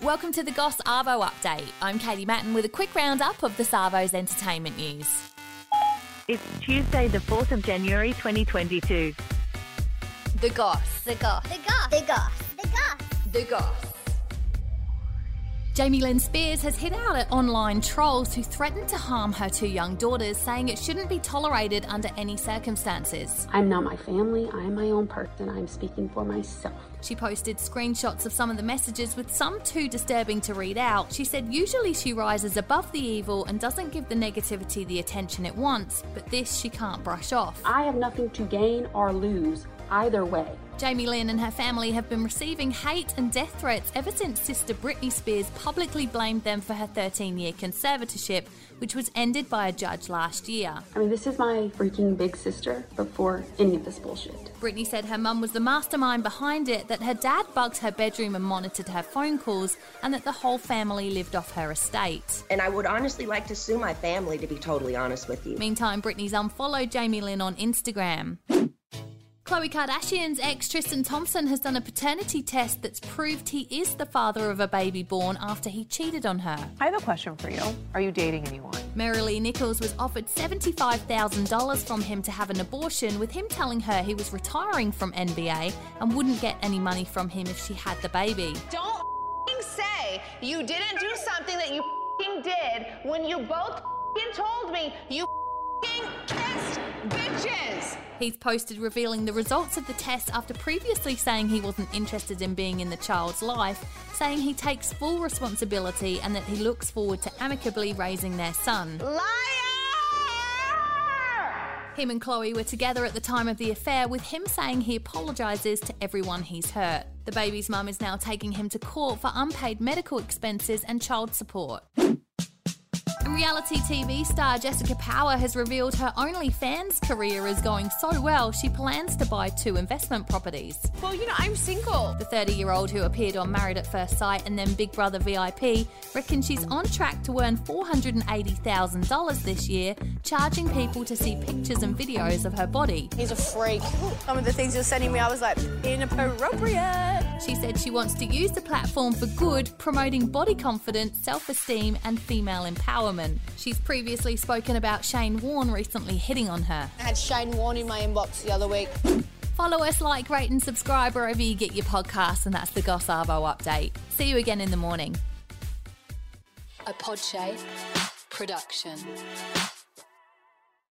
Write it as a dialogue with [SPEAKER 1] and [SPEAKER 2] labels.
[SPEAKER 1] Welcome to the Goss Arvo Update. I'm Katie Matten with a quick roundup of the Savo's entertainment news.
[SPEAKER 2] It's Tuesday, the 4th of January 2022.
[SPEAKER 1] The Goss. The Goss.
[SPEAKER 3] The goss. The goss. The goss.
[SPEAKER 1] The Goss. Jamie Lynn Spears has hit out at online trolls who threatened to harm her two young daughters, saying it shouldn't be tolerated under any circumstances.
[SPEAKER 4] I'm not my family. I'm my own person. I'm speaking for myself.
[SPEAKER 1] She posted screenshots of some of the messages, with some too disturbing to read out. She said usually she rises above the evil and doesn't give the negativity the attention it wants, but this she can't brush off.
[SPEAKER 4] I have nothing to gain or lose either way.
[SPEAKER 1] Jamie Lynn and her family have been receiving hate and death threats ever since sister Britney Spears publicly blamed them for her 13 year conservatorship, which was ended by a judge last year.
[SPEAKER 4] I mean, this is my freaking big sister before any of this bullshit.
[SPEAKER 1] Britney said her mum was the mastermind behind it, that her dad bugged her bedroom and monitored her phone calls, and that the whole family lived off her estate.
[SPEAKER 5] And I would honestly like to sue my family, to be totally honest with you.
[SPEAKER 1] Meantime, Britney's unfollowed Jamie Lynn on Instagram. Khloe Kardashian's ex Tristan Thompson has done a paternity test that's proved he is the father of a baby born after he cheated on her.
[SPEAKER 6] I have a question for you. Are you dating anyone?
[SPEAKER 1] Marilee Nichols was offered $75,000 from him to have an abortion, with him telling her he was retiring from NBA and wouldn't get any money from him if she had the baby.
[SPEAKER 7] Don't f***ing say you didn't do something that you f***ing did when you both f***ing told me you f***ing kissed bitches.
[SPEAKER 1] He's posted revealing the results of the test after previously saying he wasn't interested in being in the child's life, saying he takes full responsibility and that he looks forward to amicably raising their son.
[SPEAKER 7] Liar!
[SPEAKER 1] Him and Chloe were together at the time of the affair, with him saying he apologises to everyone he's hurt. The baby's mum is now taking him to court for unpaid medical expenses and child support. And Reality TV star Jessica Power has revealed her OnlyFans career is going so well, she plans to buy two investment properties.
[SPEAKER 7] Well, you know, I'm single.
[SPEAKER 1] The 30 year old who appeared on Married at First Sight and then Big Brother VIP reckons she's on track to earn $480,000 this year, charging people to see pictures and videos of her body.
[SPEAKER 8] He's a freak. Some of the things you're sending me, I was like, inappropriate.
[SPEAKER 1] She said she wants to use the platform for good, promoting body confidence, self esteem, and female empowerment. She's previously spoken about Shane Warne recently hitting on her.
[SPEAKER 8] I had Shane Warne in my inbox the other week.
[SPEAKER 1] Follow us, like, rate, and subscribe wherever you get your podcasts, and that's the Goss Arvo update. See you again in the morning.
[SPEAKER 9] a Podshape production.